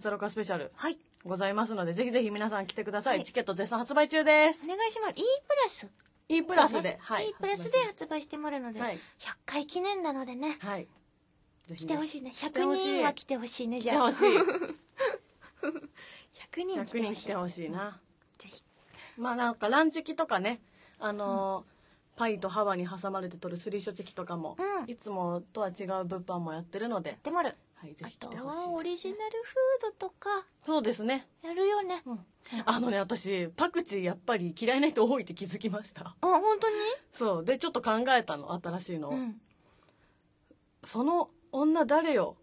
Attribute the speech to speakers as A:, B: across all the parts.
A: トロカスペシャル
B: はい。
A: ございますので、ぜひぜひ皆さん来てください。
B: はい
A: チケット絶賛発売中です
B: お。願いします。E プラス。
A: E プラスで。
B: はい。E プラスで発売してもらうので、
A: は
B: 100
A: い
B: 回記念なのでね。
A: はい。ぜ
B: 来
A: ひ
B: て
A: ね
B: ほしいね。
A: て
B: 100
A: ほしい
B: 人は来てほしいね、
A: 来
B: じ
A: て
B: ゃあ。
A: ほしい。
B: 100人来て
A: 100
B: ほ
A: 人
B: し
A: 来
B: い。
A: てほしいな。
B: ぜひ。
A: まあなんかランチキとかね、あのーパイとハワに挟まれて取るスリーショチキとかも、
B: うん
A: いつもとは違う物販もやってるので、
B: でもある。
A: はい、ぜ
B: あ
A: ひ来
B: と
A: てほし
B: は、オ
A: い。
B: リジナルフードとか、
A: そうですね。
B: やるよね。
A: うんあのね、私、パクチーやっぱり嫌いな人多いって気づきました。
B: あ、本当に
A: そう。で、ちょっと考えたの、新しいのを。
B: うん。
A: その女誰よ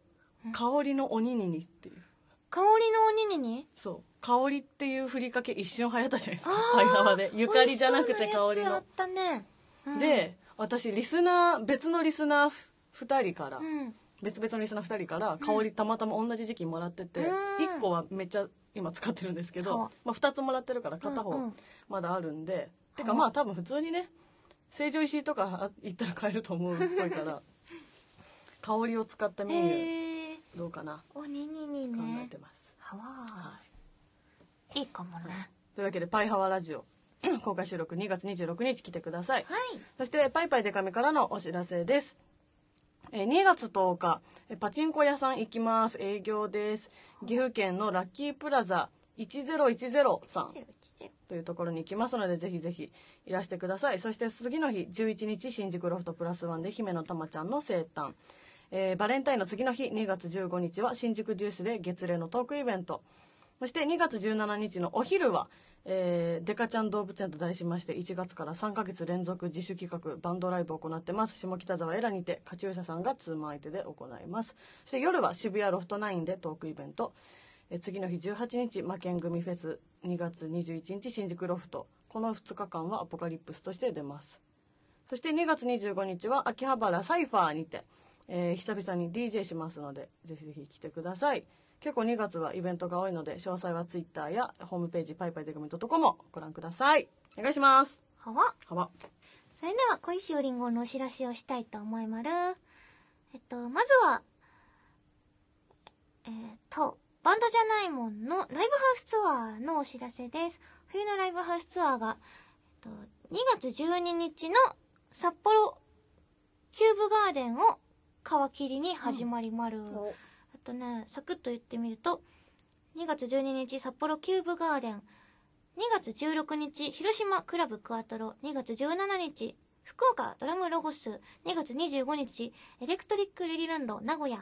B: うん
A: 香りの鬼ににっていう
B: 香りのおにぎり
A: そう香りっていうふりかけ一瞬流行ったじゃないですか
B: あー
A: パイハワでゆかりじゃなくて香
B: 美味しそうな
A: り
B: やつあ
A: の
B: ったね。うん、
A: で私リスナー別のリスナー2人から、
B: うん。
A: 別々のリスナー2人から香りたまたま同じ時期もらってて、
B: うん
A: 1個はめっちゃ今使ってるんですけ
B: は
A: ど
B: あ、
A: まあ、2つもらってるから片
B: うんう
A: 方
B: ん
A: まだあるんで、てか
B: はあ
A: まあ多分普通にね成城石井とか行ったら買えると思うっぽいから 香りを使ったメニュー
B: へえ。
A: どうかな
B: おにぎり
A: 考え
B: ね
A: て。ます、
B: は
A: は
B: わ
A: い、
B: ーいいかもね。
A: というわけで「パイハワラジオ」 公開収録2月26日来てください、
B: はい。
A: そして「パイパイデカミ」からのお知らせですえー2月10日えーパチンコ屋さん行きます営業です岐阜県のラッキープラザ1010さんというところに行きますのでぜひぜひいらしてくださいそして次の日11日新宿ロフトプラスワンで姫のたまちゃんの生誕、えーバレンタインの次の日2月15日は新宿デュースで月齢のトークイベントそして2月17日のお昼は、えーデカちゃん動物園と題しまして1月から3ヶ月連続自主企画バンドライブを行ってます下北沢エラにてカチューシャさんがツーマン相手で行いますそして夜は渋谷ロフトナインでトークイベントえー次の日18日魔剣組フェス2月21日新宿ロフトこの2日間はアポカリプスとして出ますそして2月25日は秋葉原サイファーにて、えー久々に DJ しますのでぜひぜひ来てください結構2月はイベントが多いので詳細は Twitter やホームページパイパイデグミ .com もご覧くださいお願いします
B: はわ。
A: はば
B: それでは、小石よりんごのお知らせをしたいと思いまる。えっと、まずは、えっと、バンドじゃないもんのライブハウスツアーのお知らせです。冬のライブハウスツアーが、えっと、2月12日の札幌キューブガーデンを皮切りに始まりまる。あとね、サクッと言ってみると、2月12日札幌キューブガーデン、2月16日広島クラブクアトロ、2月17日福岡ドラムロゴス、2月25日エレクトリックリリランド名古屋、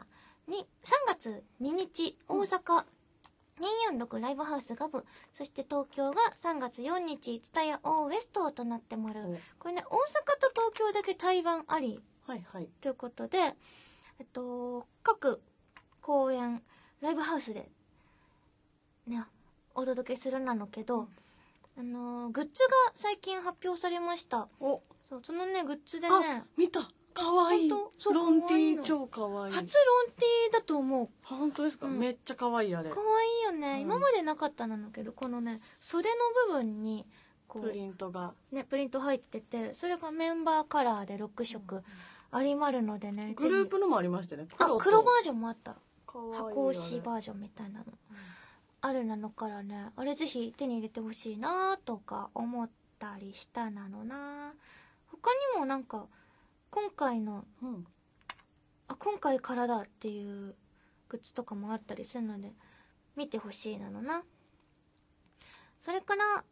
B: に3月2日大阪、246ライブハウスガブ、そして東京が3月4日、ツタヤオーウエストとなってもら
A: お
B: う。これね、大阪と東京だけ対バンあり
A: はいはい
B: ということで、えっと、各公演ライブハウスでねお届けするなのけど、あのーグッズが最近発表されました
A: お
B: そうそのねグッズで
A: あ
B: ね
A: 見たかわいい
B: ほんとそう
A: ロンテ
B: 可愛い
A: ィー
B: の
A: 超かわいい
B: 初ロンティーだと思う
A: 本当ですか、
B: うん
A: めっちゃかわいいあれ
B: 可愛いよね、
A: うん
B: 今までなかったなのけどこのね袖の部分にこ
A: プ
B: う
A: リントが
B: ねプリント入っててそれがメンバーカラーで6色ありまるのでね、
A: グルー
B: ぜ
A: プのもありましたね
B: ひあ黒バ
A: ー
B: ージョンもあった箱押しバージョンみたいなのあるなのからねあれぜひ手に入れてほしいなとか思ったりしたなのな他にもなんか今回の
A: うん
B: あ今回からだっていうグッズとかもあったりするので見てほしいなのなそれから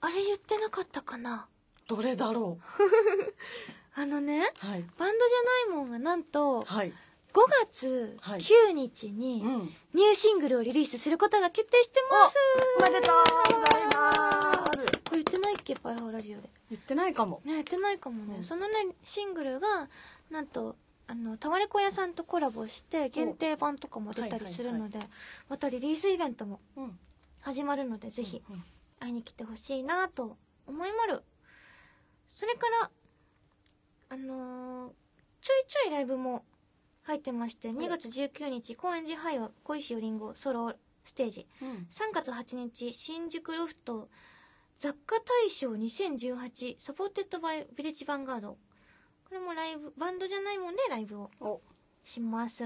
B: あれ言ってなかったかな
A: どれだろ
B: あのね
A: うはい
B: バンドじゃないもんがなんと
A: はい
B: 5月
A: はい
B: 9日に、
A: うんお
B: ニューシングルをリリースすることが決定してます
A: めでとうございます
B: これ言ってないっけパイハーラジオで
A: 言ってないかも
B: ね言ってないかもね、
A: うん
B: そのねシングルがなんとあのタワレコ屋さんとコラボして限定版とかも出たりするので、またリリースイベントも
A: うん
B: 始まるのでぜひ
A: うん
B: 会いに来てほしいなと思いまるそれからあのーちょいちょいライブも入ってまして2月19日高円寺ハイは小石よりんごソロステージ
A: うん
B: 3月8日新宿ロフト雑貨大賞2018サポーテッドバイビレッジヴァンガードこれもライブバンドじゃないもんでライブを
A: お
B: します